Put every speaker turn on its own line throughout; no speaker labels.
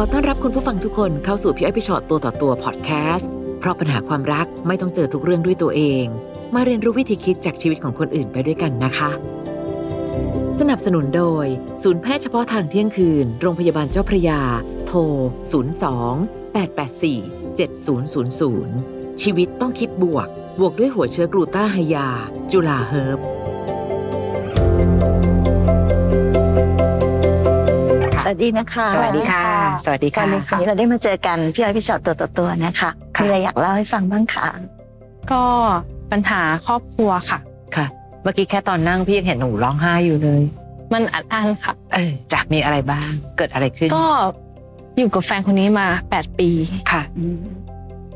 อต้อนรับคุณผู้ฟังทุกคนเข้าสู่พี่อ้อยพี่ชอตตัวต่อตัวพอดแคสต์เพราะปัญหาความรักไม่ต้องเจอทุกเรื่องด้วยตัวเอง มาเรียนรู้วิธีคิดจากชีวิตของคนอื่นไปด้วยกันนะคะ สนับสนุนโดย ศูนย์แพทย์เฉพาะทางเที่ยงคืน โรงพยาบาลเจ้าพระยา โทร 02 884 7000 ชีวิตต้องคิดบวก บวกด้วยหัวเชื้อกลูต้าไฮยา จุลาเฮิร์บ
สวัสดีนะคะ
สวัสดีค่ะ สวัสดี
วั
ค่ะ
นนี้วันนี้เราได้มาเจอกันพี่อ้อยพี่ชอตตัวต่อตัวนะคะ
ค่ะ
มีอะไรอยากเล่าให้ฟังบ้างคะ
ก็ปัญหาครอบครัวค่ะ
ค่ะ เมื่อกี้แค่ตอนนั่งพี่ยังเห็นหนูร้องไห้อยู่เลย
มันอัดอั้นค่ะ
เออจะมีอะไรบ้าง เกิดอะไรขึ้น
ก็อยู่กับแฟนคนนี้มา 8 ปี
ค่ะ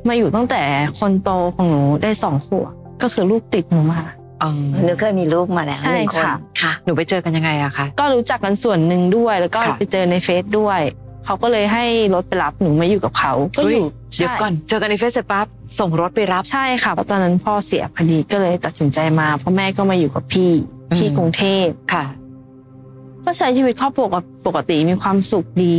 มาอยู่ตั้งแต่คนโตของหนูได้สองขวบก็คือลูกติดหนูมา
อ๋อ
หนูเคยมีลูกมาแล้ว
ใช่
หนึ่งคน
ค่ะ
ค่ะ
หนูไปเจอกันยังไงอะคะ
ก็รู้จักกันส่วนหนึ่งด้วย แล้วก็
ค่ะ
ไปเจอในเฟซด้วย เขาก็เลยให้รถไปรับหนูมาอยู่กับเขา ก็อยู่
เดี๋ยว
ใช่
ก่อน เจอกันในเฟซเสร็จปั๊บ ส่งรถไปรับ
ใช่ค่ะเพราะตอนนั้นพ่อเสียพอดีก็เลยตัดสินใจมาเพ่อแม่ก็มาอยู่กับพี่ที่
อืม
กรุงเทพ
ค่ะ
ก็ใช้ชีวิตครอบครัวปกติมีความสุขดี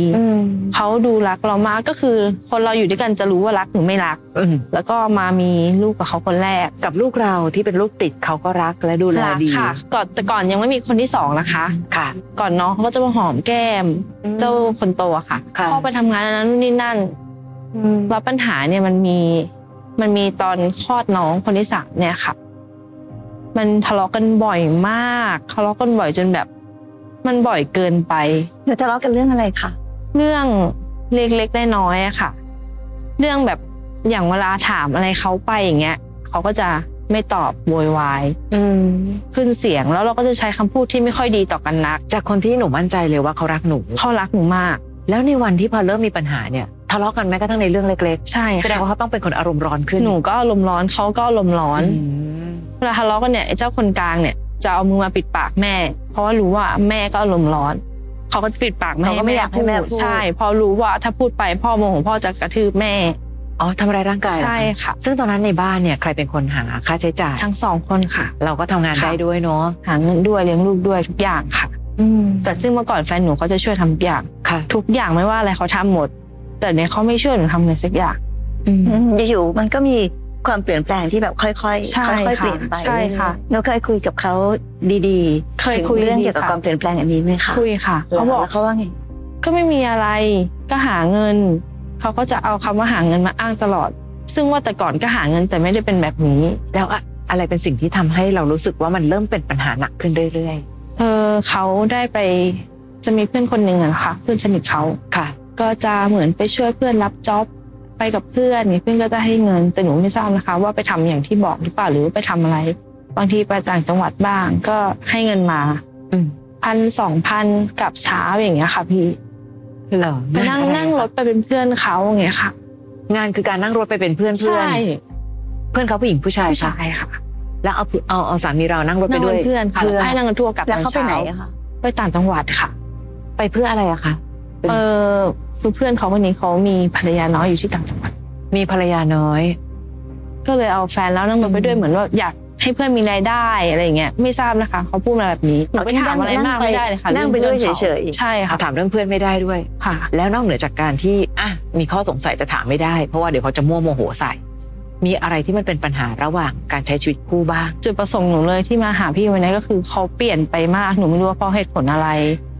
เขาดูรักเรามากก็คือ คนเราอยู่ด้วยกันจะรู้ว่ารักหรือไม่รัก
อืม
แล้วก็มามีลูกกับเขาคนแรก
กับลูกเราที่เป็นลูกติดเขาก็รักและดูแล
รัก
ดี
ค่ะ ก่อนแต่ก่อนยังไม่มีคนที่สองนะคะ
ค่ะ
ก่อนน้องเขาก็จะมาหอมแก้ม เจ้าคนโตอะค่ะ
ค่ะ
พ่อไปทำงานนั้นนู่นนี่นั่นแล้วปัญหาเนี่ยมันมีมันมีตอนคลอดน้องคนที่สามเนี่ยค่ะ มันทะเลาะกันบ่อยมากทะเลาะกันบ่อยจนแบบ มันบ่อยเกินไป
หนูทะเลาะกันเรื่องอะไรคะ
เรื่องเล็กๆน้อยๆอะค่ะ เรื่องแบบอย่างเวลาถามอะไรเขาไปอย่างเงี้ยเขาก็จะไม่ตอบโวยวายขึ้นเสียงแล้วเราก็จะใช้คำพูดที่ไม่ค่อยดีต่อกันนัก
จากคนที่หนูมั่นใจเลยว่าเขารักหนู
เขารักหนูมาก
แล้วในวันที่พอเริ่มมีปัญหาเนี่ย ทะเลาะกันแม้กระทั่งในเรื่องเล็ก
ใช่
ๆ แสดงว่าเขาต้องเป็นคนอารมณ์ร้อนขึ้น
หนูก็อารมณ์ร้อนเขาก็อารมณ์ร้อน
อืม
เวลาทะเลาะกันเนี่ยไอ้เจ้าคนกลางเนี่ยจะเอามือมาปิดปากแม่ เพราะว่ารู้ว่าแม่ก็อารมณ์ร้อนเขาก็จะปิดปากแม่
เขาก็ไม่อยากให้แม่พูด
ใช่เพอรู้ว่าถ้าพูดไปพ่อโมโหพ่อจะกระทืบแม่
อ๋อทำร้ายร่างกายเหรอคะ
ใช่ค่ะ
ซึ่งตอนนั้นในบ้านเนี่ยใครเป็นคนหาค่าใช้จ่าย
ทั้งสองคนค่ะ
เราก็ทำงาน
ค่ะ
ได้ด้วยเนาะ
หาเงินด้วยเลี้ยงลูกด้วยทุกอย่างค่ะ แต่ซึ่งเมื่อก่อนแฟนหนูเขาจะช่วยทำทุกอย่าง
ค่ะ
ทุกอย่างไม่ว่าอะไรเขาทำหมด แต่เนี่ยเขาไม่ช่วยหนูทำเลยสักอย่าง
อืมอยู่ๆมันก็มีความเปลี่ยนแปลงที่แบบค่อยๆ
ใช่
ค่อยๆ
ค่ะ
เปลี่ยนไป
ใช่ค่ะ
หนูเคยคุยกับเขาดีๆ
เคย
ถึง
คุย
เรื่อง
ดี
เกี่ยวกับ
ค่ะ
ความเปลี่ยนแปลงอันนี้ไหมคะ
คุยค่ะ
แล้ว
เขาบอก
แล้วเขาว่าไง
ก็ไม่มีอะไรก็หาเงิน เขาก็จะเอาคำว่าหาเงินมาอ้างตลอด ซึ่งว่าแต่ก่อนก็หาเงินแต่ไม่ได้เป็นแบบนี้
แล้วอะอะไรเป็นสิ่งที่ทำให้เรารู้สึกว่ามันเริ่มเป็นปัญหาหนักขึ้นเรื่อย
เออเขาได้ไปจะมีเพื่อนคนหนึ่งอะนะคะเพื่อนสนิทเขา
ๆ ค่ะ
ก็จะเหมือนไปช่วยเพื่อนรับจ็อบไปกับเพื่อนเพื่อนก็จะให้เงิน แต่หนูไม่ทราบนะคะ ว่าไปทำอย่างที่บอกหรือเปล่าหรือว่าไปทำอะไร บางทีไปต่างจังหวัดบ้าง ก็ให้เงินมา
อืม
พันสองพันกลับเช้าอย่างเงี้ยค่ะ พี่
เหรอ
ไปนั่ง
อะไร
นั่งรถไปเป็นเพื่อนเขาอย่างเงี้ยค่ะ
งานคือการนั่งรถไปเป็นเพื่อนเพื่อน
ใช่
เพื่อนเขาผู้หญิงผู้ชาย
ผู้
ค่ะ
ชายค่ะ
แล้วเอาผู้เอาเอาสามีเรานั่งรถไป
นั่ง
ด้
เป็
วย
นเพื่อนค่ะ
เพื่อน
ให้นั่งกันทั่วกลับ
แล้ว
ตอ
เขาไป
ช้
ไหนอะคะ
ไปต่างจังหวัดค่ะ
ไปเพื่ออะไรอะคะ
เออคือเพื่อนเขาคนนี้เขามีภรรยาน้อยอยู่ที่ต่างจังหวัด
มีภรรยาน้อย
ก็เลยเอาแฟนแล้วนั่งรถไปด้วย
อืม
เหมือนว่าอยากให้เพื่อนมีรายได้อะไรอย่างเงี้ยไม่ทราบนะคะ เขาพูดมาแบบนี้หนูไปถามอะไรมากไม่ได้เลยค่ะ
นั่งไปด้วยเฉย
ๆใช่
เอา
ค่ะ
ถามเรื่องเพื่อนไม่ได้ด้วย
ค่ะ
แล้วนอกเหนือจากการที่อ่ะมีข้อสงสัยแต่ถามไม่ได้ เพราะว่าเดี๋ยวเขาจะมั่วโมโหใส่ มีอะไรที่มันเป็นปัญหาระหว่างการใช้ชีวิตคู่บ้าง
จุดประสงค์หนูเลยที่มาหาพี่วันนี้ก็คือเขาเปลี่ยนไปมากหนูไม่รู้ว่าเพราะเหตุผลอะไร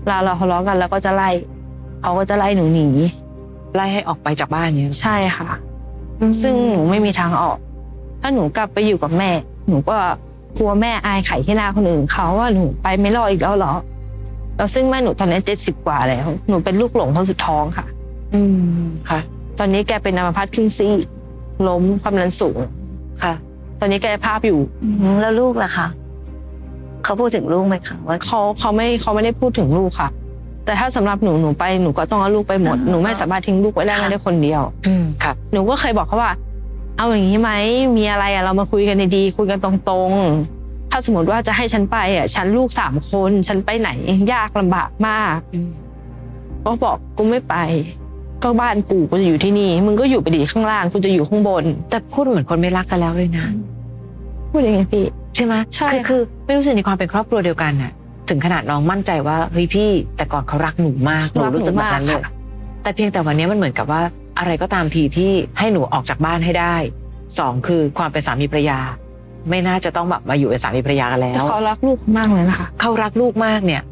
เวลาเราทะเลาะกันแล้วก็จะไล่เขาก็จะไล่หนูหนี
ไล่ให้ออกไปจากบ้านเนี่ย
ใช่ค่ะ
ๆ
ซึ่งหนูไม่มีทางออก ถ้าหนูกลับไปอยู่กับแม่ หนูก็กลัวแม่อายไข่ที่หน้าคนอื่นเขาว่าหนูไปไม่รอดอีกแล้วเหรอแล้วซึ่งแม่หนูตอนนี้เจ็ดสิบกว่าแล้ว หนูเป็นลูกหลงคนสุดท้องค่ะ
อืมค่ะ
ตอนนี้แกเป็นอัมพาตครึ่งซีกล้มความดันสูง
ค่ะ
ตอนนี้แกภาพอยู่
อืมแล้วลูกล่ะคะเขาพูดถึงลูกไหมคะว่า
เขาเขาไม่เขาไม่ได้พูดถึงลูกค่ะ แต่ถ้าสำหรับหนูหนูไปหนูก็ต้องเอาลูกไปหมด
อ่า
หนูไม่สามารถทิ้งลูกไว้ได้
ค่ะ
แม้แต่คนเดียว
อืมค่ะ
หนูก็เคยบอกเขาว่า เอาอย่างนี้ไหมมีอะไรอะเรามาคุยกันดีๆคุยกันตรงๆ ถ้าสมมติว่าจะให้ฉันไปอ่ะฉันลูกสามคนฉันไปไหนยากลำบากมาก ก็บอกกูไม่ไป ก็บ้านกูกูจะอยู่ที่นี่มึงก็อยู่ไปดีข้างล่างกูจะอยู่ข้างบน
แต่พูดเหมือนคนไม่รักกันแล้วเลยนะ
พูดยังไงพี่
ใช่ไหม
ใช่
คือ
ค่ะ
คือไม่รู้สึกในความเป็นครอบครัวเดียวกันน่ะ ถึงขนาดน้องมั่นใจว่าเฮ้ยพี่ แต่ก่อนเขารักหนูมากหนูรู้สึกแบบนั้นเลย
ค่ะ
แต่ แต่เพียงแต่วันนี้มันเหมือนกับว่า อะไรก็ตามทีที่ให้หนูออกจากบ้านให้ได้สองคือความเป็นสามีภรรยา ไม่น่าจะต้องแบบมาอยู่เป็นสามีภรรยากันแล้ว
แต่เขารักลูกมากเลยนะคะ
เขารักลูกมากเนี่ย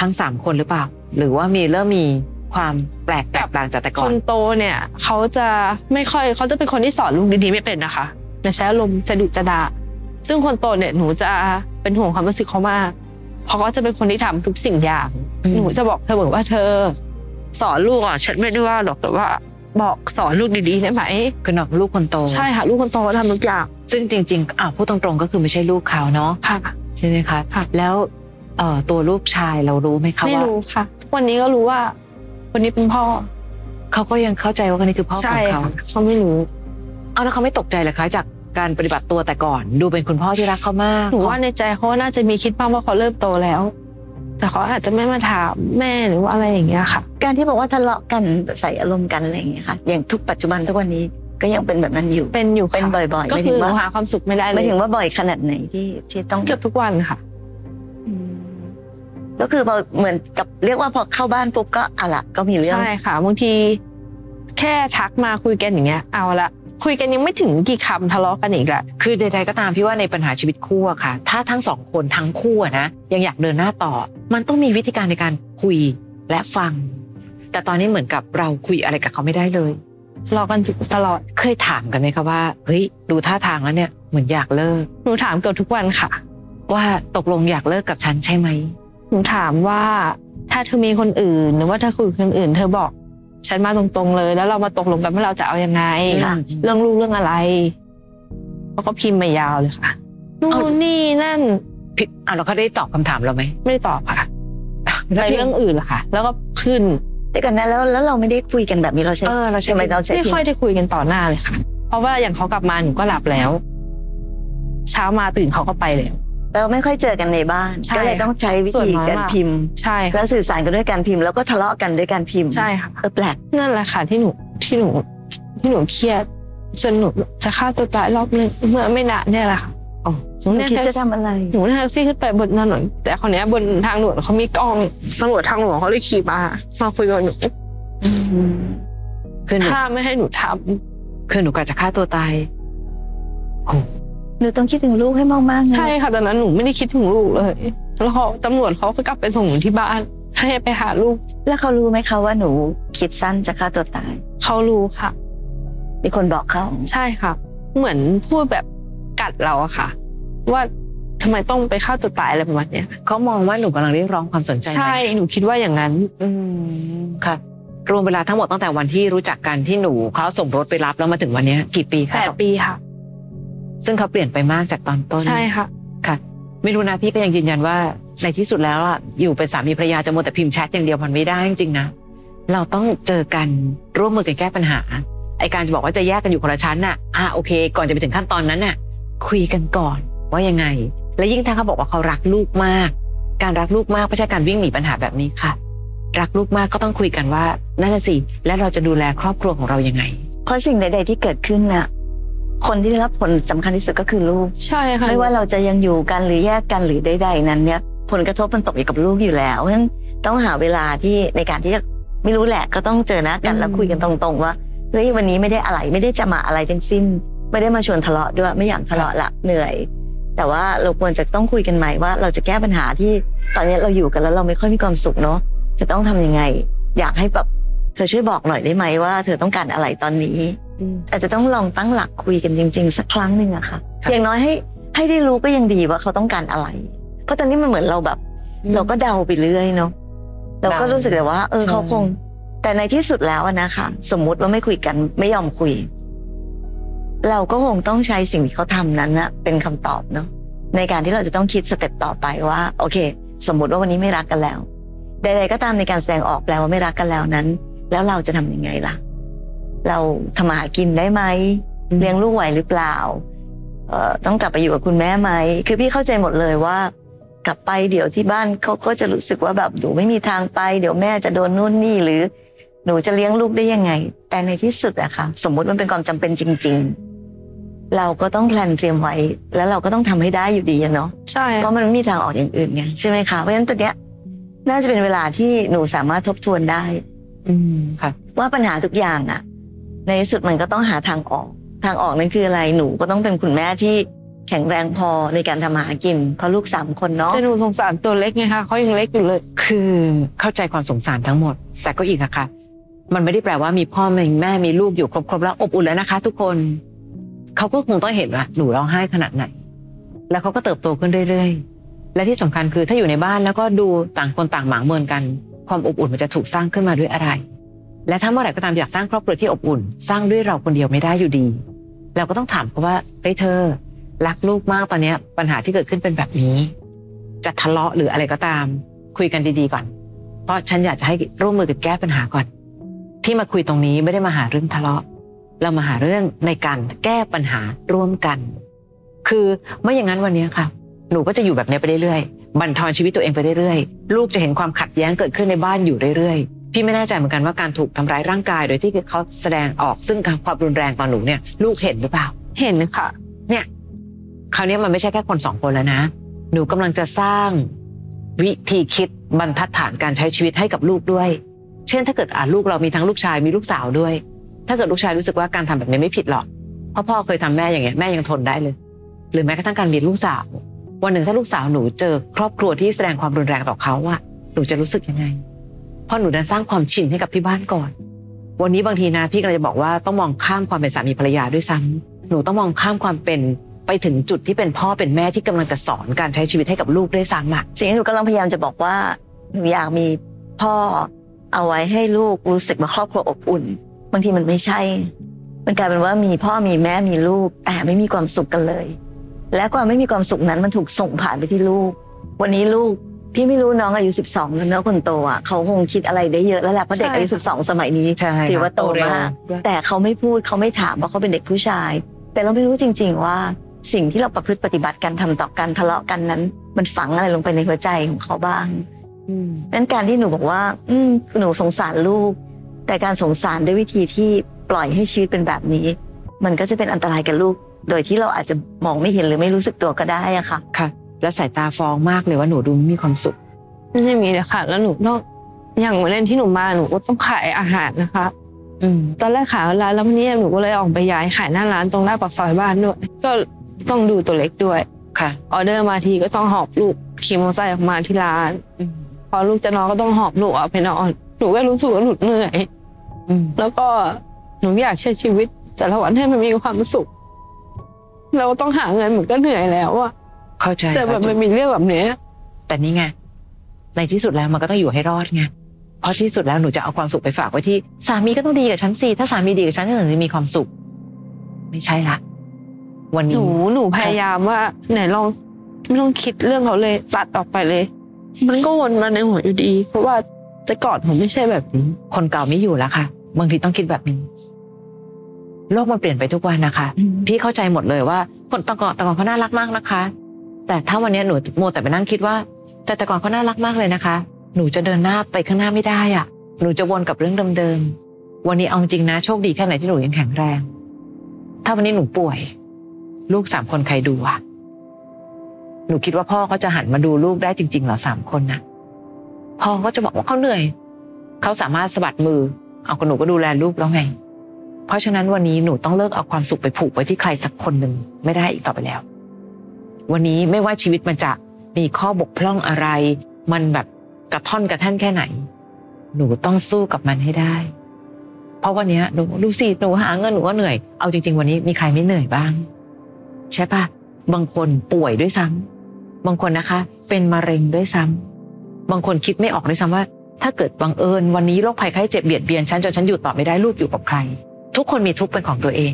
ทั้งสามคนหรือเปล่า หรือว่ามีเริ่มมีความแปลกแตกต่างจากแต่ก่
ค
อน
นโตเนี่ยเขาจะไม่ค่อยเขาจะเป็นคนที่สอนลูกดีๆไม่เป็นนะคะจะใช้อารมณ์จะดุจะด่าซึ่งคนโตเนี่ยหนูจะเป็นห่วงความรู้สึกเขามากเพราะเขาจะเป็นคนที่ทำทุกสิ่งอย่าง
อืม
หนูจะบอกเธอบอกว่าเธอ สอนลูกอ่ะฉันไม่ได้ว่าหรอกแต่ว่าบอกสอนลูกดีๆได้ไหม
คือนอกลูกคนโต
ใช่ค่ะลูกคนโตทำทุกอย่าง
ซึ่งจริงๆอ่ะพูดตรงๆก็คือไม่ใช่ลูกเขาเนาะ
ค่ะ
ใช่ไหมคะ
ค่ะ
แล้วเอ่อตัวลูกชายเรารู้ไหมคะ
ไม่
ว่า
รู้ค่ะทุกวันนี้ก็รู้ว่าคนนี้เป็นพ่อ
เขาก็ยังเข้าใจว่าคนนี้คือพ่อข
ใช่
องเขา
ค่ะเขาไม่รู้
เอาแล้วเขาไม่ตกใจเหรอคะจากการปฏิบัติตัวแต่ก่อน ดูเป็นคุณพ่อที่รักเขามาก
หนูว่าในใจเขาน่าจะมีคิดบ้างว่าเขาเริ่มโตแล้ว แต่เขาอาจจะไม่มาถามแม่หรือว่าอะไรอย่างเงี้ยค่ะ
การที่บอกว่าทะเลาะกันใส่อารมณ์กันอะไรอย่างเงี้ยค่ะ อย่างทุกปัจจุบันทุกวันนี้ก็ยังเป็นแบบนั้นอยู่
เป็นอยู่ค่ะ
เป็นบ่อยๆ
ก็
ไม่
คื
ถึ
อง หนู
ว่า
หาความสุขไม่ได้เล
ไม่
ย
ถึงว่าบ่อยขนาดไหนที่ที่ต้อง
เกือบทุกวันค่ะ
อืมก็คือพอเหมือนกับเรียกว่าพอเข้าบ้านปุ๊บก็อะละก็มีเรื่อง
ใช่ค่ะบางที แค่ทักมาคุยกันอย่างเงี้ย เอาละคุยกันยังไม่ถึงกี่คำทะเลาะกันอีกละ
คือใดๆก็ตามพี่ว่าในปัญหาชีวิตคู่อะค่ะ ถ้าทั้งสองคนทั้งคู่อะนะยังอยากเดินหน้าต่อ มันต้องมีวิธีการในการคุยและฟัง แต่ตอนนี้เหมือนกับเราคุยอะไรกับเขาไม่ได้เลย
ทะเลาะกันตลอด
เคยถามกันไหมคะว่าเฮ้ยดูท่าทางแล้วเนี่ยเหมือนอยากเลิก
หนูถามเกือบทุกวันค่ะ
ว่าตกลงอยากเลิกกับฉันใช่ไหม
หนูถามว่าถ้าเธอมีคนอื่น หรือว่าถ้าคุยกับคนอื่น เธอบอก ฉันมาตรงๆเลย แล้วเรามาตกลงกันว่าเราจะเอายังไง
ค่ะ
เรื่องลูกเรื่องอะไรเขาก็พิมพ์มายาวเลยค่ะ
เอา
นู่นนี่นั่น
พี่อ่ะเราเขาได้ตอบคำถามเราไหม
ไม่ได้ตอบค่ะไปเรื่องอื่นละค่ะ แล้วก็ขึ้น
แต่ก่อนนะแล้วแล้วเราไม่ได้คุยกันแบบนี้เราใช้
เออเราใช่
ทำไมเราใช้
ไม่
พิม
ค่อย
พ์
ได้คุยกันต่อหน้าเลยค่ะ เพราะว่าอย่างเขากลับมาหนูก็หลับแล้ว เช้ามาตื่นเขาก็ไปแล้ว
เราไม่ค่อยเจอกันในบ้าน
ใช่
ก็เลยต้องใช้วิ
ส่วน
ธี
น้อย
การ
มาก
พิมพ์
ใช่ค่ะ
แล้วสื่อสารกันด้วยการพิมพ์ แล้วก็ทะเลาะกันด้วยการพิมพ์
ใช่ค่ะ
เออแปลก
นั่นแหละค่ะที่หนูที่หนูที่หนูเครียดจนหนูจะฆ่าตัวตายรอบนึงเมื่อไม่นานเนี่ยแหละค่ะ
อ๋อ
หนู
หนู
นั่ง
คิด
แท็ก
จะ
ซี่
ทำอะไร
หนูนั่งแท็กซี่ขึ้นไปบนถนนแต่คนนี้ยบนทางด่วนเขามีกล้องตำรวจทางหลวงเขาเลยขี่มามาคุยกับหนู
คือหนู
ห้ามไม่ให้หนูทำ
คือหนูกะจะฆ่าตัวตาย
หนูต้องคิดถึงลูกให้มากๆนะ
ใช่ค่ะตอนนั้นหนูไม่ได้คิดถึงลูกเลยแล้วเขาตำรวจเขาก็กลับไปส่งหนูที่บ้านให้ไปหาลูก
แล้วเขารู้ไหมคะว่าหนูคิดสั้นจะฆ่าตัวตาย
เขารู้ค่ะ
มีคนบอกเขา
ใช่ค่ะ เหมือนพูดแบบกัดเราอะค่ะ ว่าทำไมต้องไปฆ่าตัวตายอะไรประมาณเนี้ย
เขามองว่าหนูกำลังเรียกร้องความสนใจไหม
ใช่หนูคิดว่าอย่างนั้น
อืมค่ะรวมเวลาทั้งหมดตั้งแต่วันที่รู้จักกันที่หนูเขาส่งรถไปรับแล้วมาถึงวันเนี้ยกี่ปี
แป
คะ
ดปีค่ะ
ซึ่งเขาเปลี่ยนไปมากจากตอนต้น
ใช่ค่ะ
ค่ะ ไม่รู้นะพี่ก็ยังยืนยันว่าในที่สุดแล้วอะอยู่เป็นสามีภรรยาจะมัวแต่พิมพ์แชทอย่างเดียวมันไม่ได้จริงๆนะเราต้องเจอกันร่วมมือกันแก้ปัญหาไอการจะบอกว่าจะแยกกันอยู่คนละชั้นน่ะอ่ะโอเค ก่อนจะไปถึงขั้นตอนนั้นน่ะ คุยกันก่อนว่ายังไง และยิ่งถ้าเขาบอกว่าเขารักลูกมาก การรักลูกมากไม่ใช่การวิ่งหนีปัญหาแบบนี้ค่ะ รักลูกมากก็ต้องคุยกันว่านั่นน่ะสิและเราจะดูแลครอบครัวของเรายังไง
เพราะสิ่งใด ๆ ที่เกิดขึ้นน่ะ คนที่ได้รับผลสำคัญที่สุดก็คือลูก
ใช่ค่ะ
ไม่ว่าเราจะยังอยู่กันหรือแยกกันหรือใดๆนั้นเนี่ย ผลกระทบมันตกอยู่กับลูกอยู่แล้วเพราะฉะนั้นต้องหาเวลาที่ในการที่จะไม่รู้แหละก็ต้องเจอหนะกัน
อืม
แล้วคุยกันตรงๆว่าเฮ้ยวันนี้ไม่ได้อะไรไม่ได้จะมาอะไรทั้งสิ้น ไม่ได้มาชวนทะเลาะด้วยไม่อยากทะเลาะละเหนื่อย แต่ว่าเราควรจะต้องคุยกันใหม่ว่า เราจะแก้ปัญหาที่ตอนนี้เราอยู่กันแล้วเราไม่ค่อยมีความสุขเนาะจะต้องทำยังไง อยากให้แบบเธอช่วยบอกหน่อยได้ไหมว่า เธอต้องการอะไรตอนนี้ อาจจะต้องลองตั้งหลักคุยกันจริง ๆ สักครั้งหนึ่งอะค่ะ
ครับ
อย่างน้อยให้ให้ได้รู้ก็ยังดีว่าเขาต้องการอะไร เพราะตอนนี้มันเหมือนเราแบบ เราก็เดาไปเรื่อยเนาะเราก็รู้สึกแต่ว่า เออ
ใช่
เขาคง แต่ในที่สุดแล้วอะนะคะ สมมุติว่าไม่คุยกันไม่ยอมคุย เราก็คงต้องใช้สิ่งที่เขาทำนั้นนะเป็นคำตอบเนาะในการที่เราจะต้องคิดสเต็ปต่อไปว่า โอเค สมมุติว่าวันนี้ไม่รักกันแล้วใดๆก็ตามในการแสดงออกแปลว่าไม่รักกันแล้วนั้น แล้วเราจะทำยังไงล่ะ เราทำมาหากินได้ไหม เลี้ยงลูกไหวหรือเปล่าเอ่อต้องกลับไปอยู่กับคุณแม่ไหม คือพี่เข้าใจหมดเลยว่า กลับไปเดี๋ยวที่บ้านเขาก็จะรู้สึกว่าแบบหนูไม่มีทางไป เดี๋ยวแม่จะโดนนู่นนี่หรือ หนูจะเลี้ยงลูกได้ยังไง แต่ในที่สุดอะค่ะสมมุติมันเป็นความจำเป็นจริง ๆ เราก็ต้องแพลนเตรียมไว้ แล้วเราก็ต้องทำให้ได้อยู่ดีอะเนาะ
ใช่
เพราะมันไม่มีทางออกอย่างอื่นไงใช่ไหมคะ เพราะฉะนั้นตอนเนี้ยน่าจะเป็นเวลาที่หนูสามารถทบทวนได้
อืมค่ะ
ว่าปัญหาทุกอย่างอะในที่สุดมันก็ต้องหาทางออก ทางออกนั่นคืออะไรหนูก็ต้องเป็นคุณแม่ที่แข็งแรงพอในการทำมาหากินเพราะลูกสามคนเนาะ
แต่หนูสงสารตัวเล็กไงคะเขายังเล็กอยู่เลย
คือเข้าใจความสงสารทั้งหมด แต่ก็อีกอะค่ะ มันไม่ได้แปลว่ามีพ่อมีแม่มีลูกอยู่ครบๆแล้วอบอุ่นแล้วนะคะ ทุกคนเขาก็คงต้องเห็นว่าหนูร้องไห้ขนาดไหน แล้วเขาก็เติบโตขึ้นเรื่อยๆ และที่สำคัญคือถ้าอยู่ในบ้านแล้วก็ดูต่างคนต่างหมางเมินกัน ความอบอุ่นมันจะถูกสร้างขึ้นมาด้วยอะไร และถ้าเมื่อไหร่ก็ตามอยากสร้างครอบครัวที่อบอุ่น สร้างด้วยเราคนเดียวไม่ได้อยู่ดี เราก็ต้องถามเขาว่าเฮ้ยเธอ รักลูกมากตอนเนี้ยปัญหาที่เกิดขึ้นเป็นแบบนี้ จะทะเลาะหรืออะไรก็ตาม คุยกันดีๆก่อน เพราะฉันอยากจะให้ร่วมมือกันแก้ปัญหาก่อน ที่มาคุยตรงนี้ไม่ได้มาหาเรื่องทะเลาะ เรามาหาเรื่องในการแก้ปัญหาร่วมกัน คือไม่อย่างนั้นวันนี้ค่ะ หนูก็จะอยู่แบบนี้ไปเรื่อยๆ บั่นทอนชีวิตตัวเองไปเรื่อยๆ ลูกจะเห็นความขัดแย้งเกิดขึ้นในบ้านอยู่เรื่อยๆ พี่ไม่แน่ใจเหมือนกันว่าการถูกทำร้ายร่างกายโดยที่เขาแสดงออกซึ่งความรุนแรงต่อหนูเนี่ยลูกเห็นหรือเปล่า
เห็นค่ะ
เนี่ยคราวนี้มันไม่ใช่แค่คนสองคนแล้วนะ หนูกำลังจะสร้างวิธีคิดบรรทัดฐานการใช้ชีวิตให้กับลูกด้วย เช่น ถ้าเกิดอ่าลูกเรามีทั้งลูกชายมีลูกสาวด้วย ถ้าเกิดลูกชายรู้สึกว่าการทำแบบนี้ไม่ผิดหรอกเพราะพ่อเคยทำแม่อย่างเงี้ยแม่ยังทนได้เลย หรือแม้กระทั่งการมีลูกสาว วันหนึ่งถ้าลูกสาวหนูเจอครอบครัวที่แสดงความรุนแรงต่อเขาอะหนูจะรู้สึกยังไงเพราะหนูดันสร้างความชินให้กับที่บ้านก่อน วันนี้บางทีนะพี่กำลังจะบอกว่าต้องมองข้ามความเป็นสามีภรรยาด้วยซ้ำ หนูต้องมองข้ามความเป็นไปถึงจุดที่เป็นพ่อเป็นแม่ที่กำลังจะสอนการใช้ชีวิตให้กับลูกด้วยซ้ำอะ
สิ่งที่หนูกำลังพยายามจะบอกว่าหนูอยากมีพ่อเอาไว้ให้ลูกรู้สึกว่าครอบครัวอบอุ่นบางทีมันไม่ใช่ มันกลายเป็นว่ามีพ่อมีแม่มีลูก แต่ไม่มีความสุขกันเลย และความไม่มีความสุขนั้นมันถูกส่งผ่านไปที่ลูก วันนี้ลูกพี่ไม่รู้น้องอายุ 12แล้วเนอะคนโตอ่ะเขาคงคิดอะไรได้เยอะแล้วแหละเพราะเด็กอายุ 12 สมัยนี้
ใช่ค่ะ
ถือว่าโตมาก
โตเร็ว
แต่เขาไม่พูดเขาไม่ถามเพราะเขาเป็นเด็กผู้ชาย แต่เราไม่รู้จริง ๆ ว่าสิ่งที่เราประพฤติปฏิบัติกันทำต่อกันทะเลาะกันนั้น มันฝังอะไรลงไปในหัวใจของเขาบ้าง
อืม
นั้นการที่หนูบอกว่า อืมหนูสงสารลูก แต่การสงสารด้วยวิธีที่ปล่อยให้ชีวิตเป็นแบบนี้ มันก็จะเป็นอันตรายกับลูก โดยที่เราอาจจะมองไม่เห็นหรือไม่รู้สึกตัวก็ได้อะค่ะ
ค่ะ แล้วสายตาฟ้องมากเลยว่าหนูดูไม่มีความสุข
ไม่ใช่มีเลยค่ะ แล้วหนูต้องอย่างวันนั้นที่หนูมาหนูก็ต้องขายอาหารนะคะ
อืม
ตอนแรกขายร้านแล้ววันนี้หนูก็เลยออกไปย้ายขายหน้าร้านตรงหน้าปากซอยบ้านด้วย ก็ต้องดูตัวเล็กด้วย
ค่ะ
ออเดอร์มาทีก็ต้องหอบลูกขี่มอเตอร์ไซค์ออกมาที่ร้าน
อืม
พอลูกจะนอนก็ต้องหอบลูกเอาไปนอนหนูก็รู้สึกว่าหนูเหนื่อย
อืม
แล้วก็หนูอยากใช้ชีวิต แต่ละวันให้มันมีความสุข เราต้องหาเงินเหมือนก็เหนื่อยแล้วอะ
เข้าใจ
แต่แบบ
เข้าใจ
มันมีเรื่องแบบเนี้ย
แต่นี่ไงในที่สุดแล้วมันก็ต้องอยู่ให้รอดไงเพราะที่สุดแล้วหนูจะเอาความสุขไปฝากไว้ที่สามีก็ต้องดีกับฉันสิถ้าสามีดีกับฉันฉันถึงจะมีความสุข ไม่ใช่ละวัน
ห
นี้
นูหนูพยายามว่าไหนลองไม่ต้องคิดเรื่องเขาเลยตัดออกไปเลย มันก็วนมาในหัวอยู่ดี เพราะว่าแต่ก่อนผมไม่ใช่แบบนี้
คนเก่าไม่อยู่แล้วค่ะบางทีต้องคิดแบบนี้ โลกมันเปลี่ยนไปทุกวันนะคะ พี่เข้าใจหมดเลยว่าคนแต่ก่อนแต่ก่อนเขาน่ารักมากนะคะ แต่ถ้าวันนี้หนูโมวแต่ไปนั่งคิดว่า แต่แต่ก่อนเขาน่ารักมากเลยนะคะ หนูจะเดินหน้าไปข้างหน้าไม่ได้อ่ะ หนูจะวนกับเรื่องเดิมๆวันนี้เอาจริงนะโชคดีแค่ไหนที่หนูยังแข็งแรง ถ้าวันนี้หนูป่วย ลูกสามคนใครดูอ่ะหนูคิดว่าพ่อเขาจะหันมาดูลูกได้จริงๆเหรอสามคนนะพ่อก็จะบอกว่าเขาเหนื่อยเขาสามารถสะบัดมือ เอาก็หนูก็ดูแลลูกแล้วไง เพราะฉะนั้นวันนี้หนูต้องเลิกเอาความสุขไปผูกไว้ที่ใครสักคนหนึ่งไม่ได้อีกต่อไปแล้ว วันนี้ไม่ว่าชีวิตมันจะมีข้อบกพร่องอะไร มันแบบกระท่อนกระแท่นแค่ไหน หนูต้องสู้กับมันให้ได้ เพราะวันเนี้ยหนูดูสิหนูหาเงินหนูก็เหนื่อยเอาจริง ๆ วันนี้มีใครไม่เหนื่อยบ้าง ใช่ปะบางคนป่วยด้วยซ้ำบางคนนะคะ เป็นมะเร็งด้วยซ้ำบางคนคิดไม่ออกด้วยซ้ำว่า ถ้าเกิดบังเอิญวันนี้โรคภัยไข้เจ็บเบียดเบียนฉันจนฉันอยู่ต่อไม่ได้ลูกอยู่กับใคร ทุกคนมีทุกข์เป็นของตัวเอง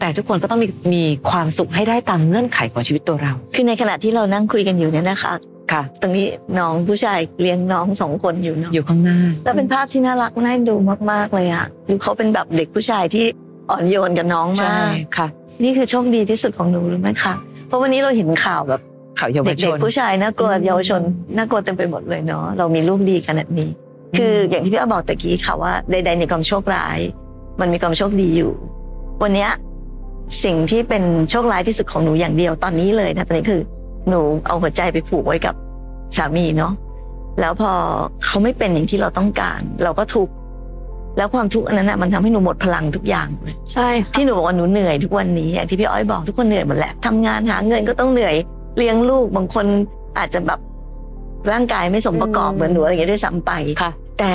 แต่ทุกคนก็ต้องมีมีความสุขให้ได้ตามเงื่อนไขของชีวิตตัวเรา
คือในขณะที่เรานั่งคุยกันอยู่เนี่ยนะคะ
ค่ะ
ตรงนี้น้องผู้ชายเลี้ยงน้องสองคนอยู่เนาะ
อยู่ข้างหน้า
แล้วเป็นภาพที่น่ารักน่าเอ็นดูมาก ๆ เลยอะคือเขาเป็นแบบเด็กผู้ชายที่อ่อนโยนกับน้อง
ใช่
มาก
ค่ะ
นี่คือโชคดีที่สุดของหนูรู้ไหมคะ เพราะวันนี้เราเห็นข่าวแบบ
เขาเยาว
เด็ก
ชน
ๆผู้ชายน่ากลัว
อืม
เยาวชนน่ากลัวเต็มไปหมดเลยเนาะ เรามีลูกดีขนาดนี้
ม
คืออย่างที่พี่อ้อบอกตะกี้ค่ะว่าใด ๆ ในความโชคร้าย มันมีความโชคดีอยู่ วันเนี้ยสิ่งที่เป็นโชคร้ายที่สุดของหนูอย่างเดียวตอนนี้เลยนะตอนนี้คือ หนูเอาหัวใจไปผูกไว้กับสามีเนาะแล้วพอเขาไม่เป็นอย่างที่เราต้องการ เราก็ทุกข์ แล้วความทุกข์อันนั้นน่ะมันทำให้หนูหมดพลังทุกอย่างเลย
ใช่ค่ะ
ที่หนูบอกว่าหนูเหนื่อยทุกวันนี้อย่างที่พี่อ้อยบอกทุกคนเหนื่อยหมดแหละทำงานหาเงินก็ต้องเหนื่อยเลี้ยงลูกบางคนอาจจะแบบร่างกายไม่สมประกอบ
อืม
เหมือนหนูอะไรอย่างเงี้ยด้วยซ้ำไป
ค่ะ
แต่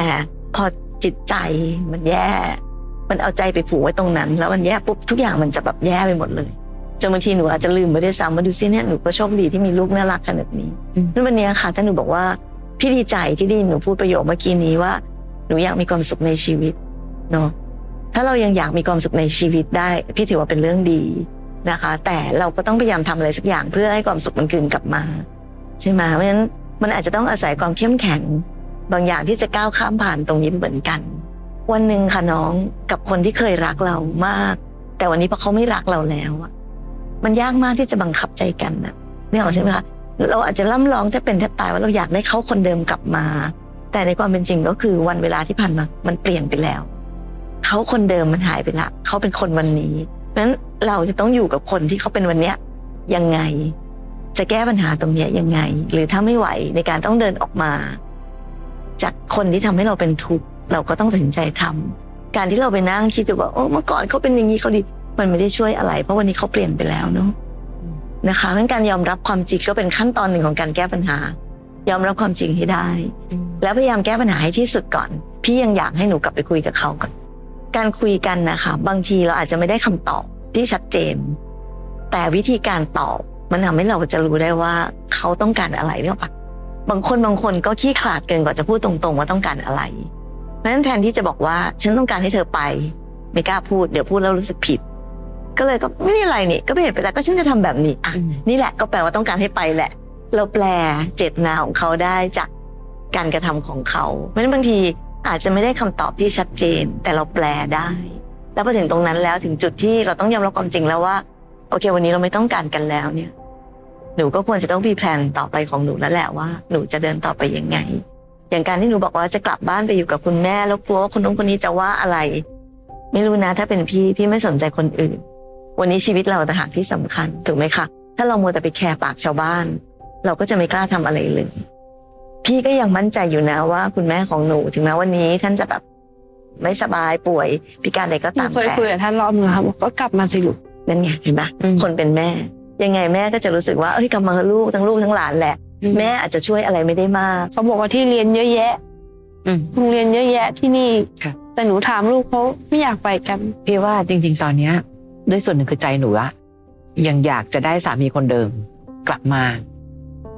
พอจิตใจมันแย่ มันเอาใจไปผูกไว้ตรงนั้น แล้วมันแย่ปุ๊บทุกอย่างมันจะแบบแย่ไปหมดเลยจนบางทีหนูอาจจะลืมไปด้วยซ้ำมาดูซิเนี่ยหนูก็โชคดีที่มีลูกน่ารักขนาดนี้
อืม
นั่นวันเนี้ยค่ะถ้าหนูบอกว่าพี่ดีใจที่ไดีหนูพูดประโยคเมื่อกี้นี้ว่า หนูอยากมีความสุขในชีวิตเนาะถ้าเรายังอยากมีความสุขในชีวิตได้ พี่ถือว่าเป็นเรื่องดีนะคะ แต่เราก็ต้องพยายามทำอะไรสักอย่างเพื่อให้ความสุขมันคืนกลับมา ใช่ไหมเพราะฉะนั้นมันอาจจะต้องอาศัยความเข้มแข็ง บางอย่างที่จะก้าวข้ามผ่านตรงนี้เหมือนกัน วันหนึ่งค่ะน้องกับคนที่เคยรักเรามาก แต่วันนี้พอเขาไม่รักเราแล้วอะมันยากมากที่จะบังคับใจกันนะนี่ออกใช่ไหมคะเราอาจจะล่ำร้องแทบเป็นแทบตายว่าเราอยากได้เขาคนเดิมกลับมา แต่ในความเป็นจริงก็คือวันเวลาที่ผ่านมา มันเปลี่ยนไปแล้ว เขาคนเดิมมันหายไปละเขาเป็นคนวันนี้เพราะฉะนั้นเราจะต้องอยู่กับคนที่เขาเป็นวันเนี้ยยังไง จะแก้ปัญหาตรงเนี้ยยังไง หรือถ้าไม่ไหวในการต้องเดินออกมา จากคนที่ทำให้เราเป็นทุกข์เราก็ต้องตัดสินใจทำการที่เราไปนั่งคิดอยู่ว่าโอ้เมื่อก่อนเขาเป็นอย่างนี้เขาดีมันไม่ได้ช่วยอะไร เพราะวันนี้เขาเปลี่ยนไปแล้วเนาะนะคะเพราะฉะนั้นการยอมรับความจริงก็เป็นขั้นตอนหนึ่งของการแก้ปัญหา ยอมรับความจริงให้ได้ แล้วพยายามแก้ปัญหาให้ที่สุดก่อน พี่ยังอยากให้หนูกลับไปคุยกับเขาก่อน การคุยกันนะคะ บางทีเราอาจจะไม่ได้คำตอบที่ชัดเจน แต่วิธีการตอบมันทำให้เราจะรู้ได้ว่าเขาต้องการอะไรหรือเปล่าบางคนบางคนก็ขี้ขลาดเกินกว่าจะพูดตรงๆว่าต้องการอะไร เพราะฉะนั้นแทนที่จะบอกว่าฉันต้องการให้เธอไป ไม่กล้าพูดเดี๋ยวพูดแล้วรู้สึกผิด ก็เลยก็ไม่มีอะไรนี่ก็ไม่เห็นเป็นไรก็ฉันจะทำแบบนี้อ่ะ นี่แหละก็แปลว่าต้องการให้ไปแหละ เราแปลเจตนาของเขาได้จากการกระทำของเขา เพราะฉะนั้นบางทีอาจจะไม่ได้คำตอบที่ชัดเจน แต่เราแปลได้ แล้วพอถึงตรงนั้นแล้วถึงจุดที่เราต้องยอมรับความจริงแล้วว่า โอเค วันนี้เราไม่ต้องการกันแล้วเนี่ย หนูก็ควรจะต้องมีแผนต่อไปของหนูแล้วแหละว่าหนูจะเดินต่อไปยังไง อย่างการที่หนูบอกว่าจะกลับบ้านไปอยู่กับคุณแม่แล้วกลัวว่าคนนู้นคนนี้จะว่าอะไร ไม่รู้นะถ้าเป็นพี่พี่ไม่สนใจคนอื่น วันนี้ชีวิตเราต่างหากที่สำคัญถูกไหมคะ ถ้าเรามัวแต่ไปแคร์ปากชาวบ้าน เราก็จะไม่กล้าทำอะไรเลย พี่ก็ยังมั่นใจอยู่นะว่า คุณแม่ของหนูถึงแม้วันนี้ท่านจะแบบไม่สบายป่วยพิการอะไรก็
หนู
ตาม
เคย
แต่
คุยกับท่านรอบนึงค่ะบอกก็กลับมาสิลูก
นั่นไงเห็นปะ
อืม
คนเป็นแม่ ยังไงแม่ก็จะรู้สึกว่าเอ้ยกำลังลูกทั้งลูกทั้งหลานแหละ
อืม
แม่อาจจะช่วยอะไรไม่ได้มาก
เขาบอกว่าที่เรียนเยอะแยะ
อืม
โรงเรียนเยอะแยะที่นี่
ค่ะ
แต่หนูถามลูกเขาไม่อยากไปกัน
พี่ว่าจริง ๆ ตอนเนี้ยด้วยส่วนหนึ่งคือใจหนูอะยังอยากจะได้สามีคนเดิม กลับมา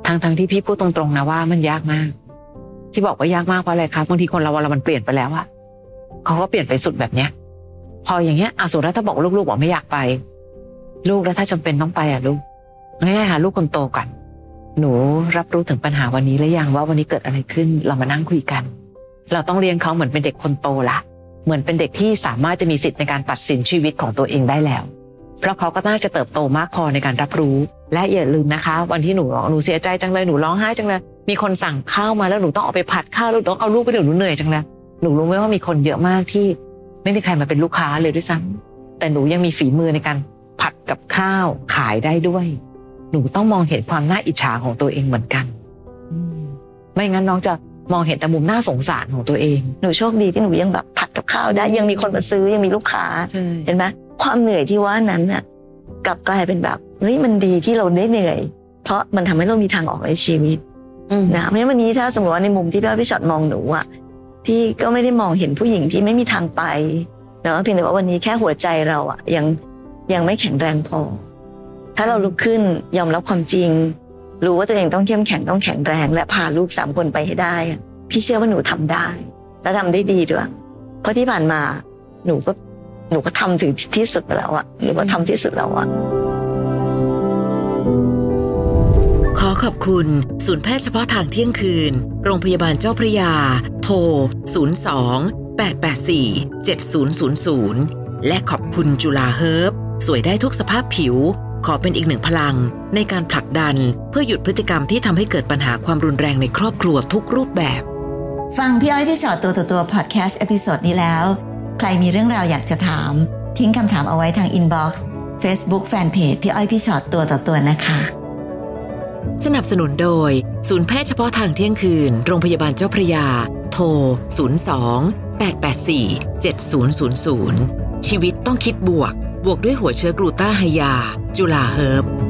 ทั้งๆที่พี่พูดตรงๆนะว่ามันยากมาก ที่บอกว่ายากมากเพราะอะไรคะบางทีคนเราเวลามันเปลี่ยนไปแล้วอะเขาก็เปลี่ยนไปสุดแบบเนี้ย พออย่างเงี้ยอาสุรัตน์ถ้าบอกลูกๆบอกไม่อยากไป ลูกแล้วถ้าจำเป็นต้องไปอะลูกง่ายๆหาลูกคนโตก่อนหนูรับรู้ถึงปัญหาวันนี้แล้วยังว่าวันนี้เกิดอะไรขึ้นเรามานั่งคุยกัน เราต้องเลี้ยงเขาเหมือนเป็นเด็กคนโตละ เหมือนเป็นเด็กที่สามารถจะมีสิทธิ์ในการตัดสินชีวิตของตัวเองได้แล้ว เพราะเขาก็น่าจะเติบโตมากพอในการรับรู้ และอย่าลืมนะคะ วันที่หนูร้องหนูเสียใจจังเลยหนูร้องไห้จังเลยมีคนสั่งข้าวมาแล้วหนูต้องเอาไปผัดข้าวแล้วหนูต้องเอาลูกไปเดี๋ยวหนูเหนื่อยจังเลยหนูรู้ไหมว่ามีคนเยอะมากที่ ไม่มีใครมาเป็นลูกค้าเลยด้วยซ้ำแต่หนูยังมีฝีมือในการผัดกับข้าวขายได้ด้วย หนูต้องมองเห็นความน่าอิจฉาของตัวเองเหมือนกันอืมไม่งั้นน้องจะมองเห็นแต่มุมน่าสงสารของตัวเอง
หนูโชคดีที่หนูยังแบบผัดกับข้าวได้ ยังมีคนมาซื้อยังมีลูกค้า
ใช่
เห็นไหมความเหนื่อยที่ว่านั้นน่ะกลับกลายเป็นแบบเฮ้ยมันดีที่เราได้เหนื่อย เพราะมันทำให้เรามีทางออกในชีวิต
อืม
นะเพราะฉะนั้นวันนี้ถ้าสมมติว่าในมุมที่พี่อ้อยพี่ช็อตมองหนูอ่ะพี่ก็ไม่ได้มองเห็นผู้หญิงที่ไม่มีทางไปเนาะเพียงแต่ว่าวันนี้แค่หัวใจเราอ่ะยังยังไม่แข็งแรงพอ ถ้าเราลุกขึ้นยอมรับความจริง รู้ว่าตัวเองต้องเข้มแข็งต้องแข็งแรง และพาลูกสามคนไปให้ได้อะพี่เชื่อว่าหนูทำได้ และทำได้ดีด้วยเพราะที่ผ่านมา หนูก็หนูก็ทำถึงที่สุดไปแล้วอะหนูก็ทำที่สุดแล้วอะ
ขอขอบคุณ ศูนย์แพทย์เฉพาะทางเที่ยงคืน โรงพยาบาลเจ้าพระยา โทร 02 884 7000 และขอบคุณจุฬาเฮิร์บสวยได้ทุกสภาพผิว ขอเป็นอีกหนึ่งพลัง ในการผลักดัน เพื่อหยุดพฤติกรรมที่ทำให้เกิดปัญหาความรุนแรงในครอบครัวทุกรูปแบบ
ฟังพี่อ้อยพี่ชอตตัวต่อตัวพอดแคสต์เอพิโซดนี้แล้ว ใครมีเรื่องราวอยากจะถาม ทิ้งคำถามเอาไว้ทางอินบ็อกซ์เฟซบุ๊กแฟนเพจพี่อ้อยพี่ชอตตัวต่อตัวนะคะ
สนับสนุนโดย ศูนย์แพทย์เฉพาะทางเที่ยงคืน โรงพยาบาลเจ้าพระยา โทร 02 0884 7000 ชีวิตต้องคิดบวก บวกด้วยหัวเชื้อกลูต้าไฮยา จุลาเฮิร์บ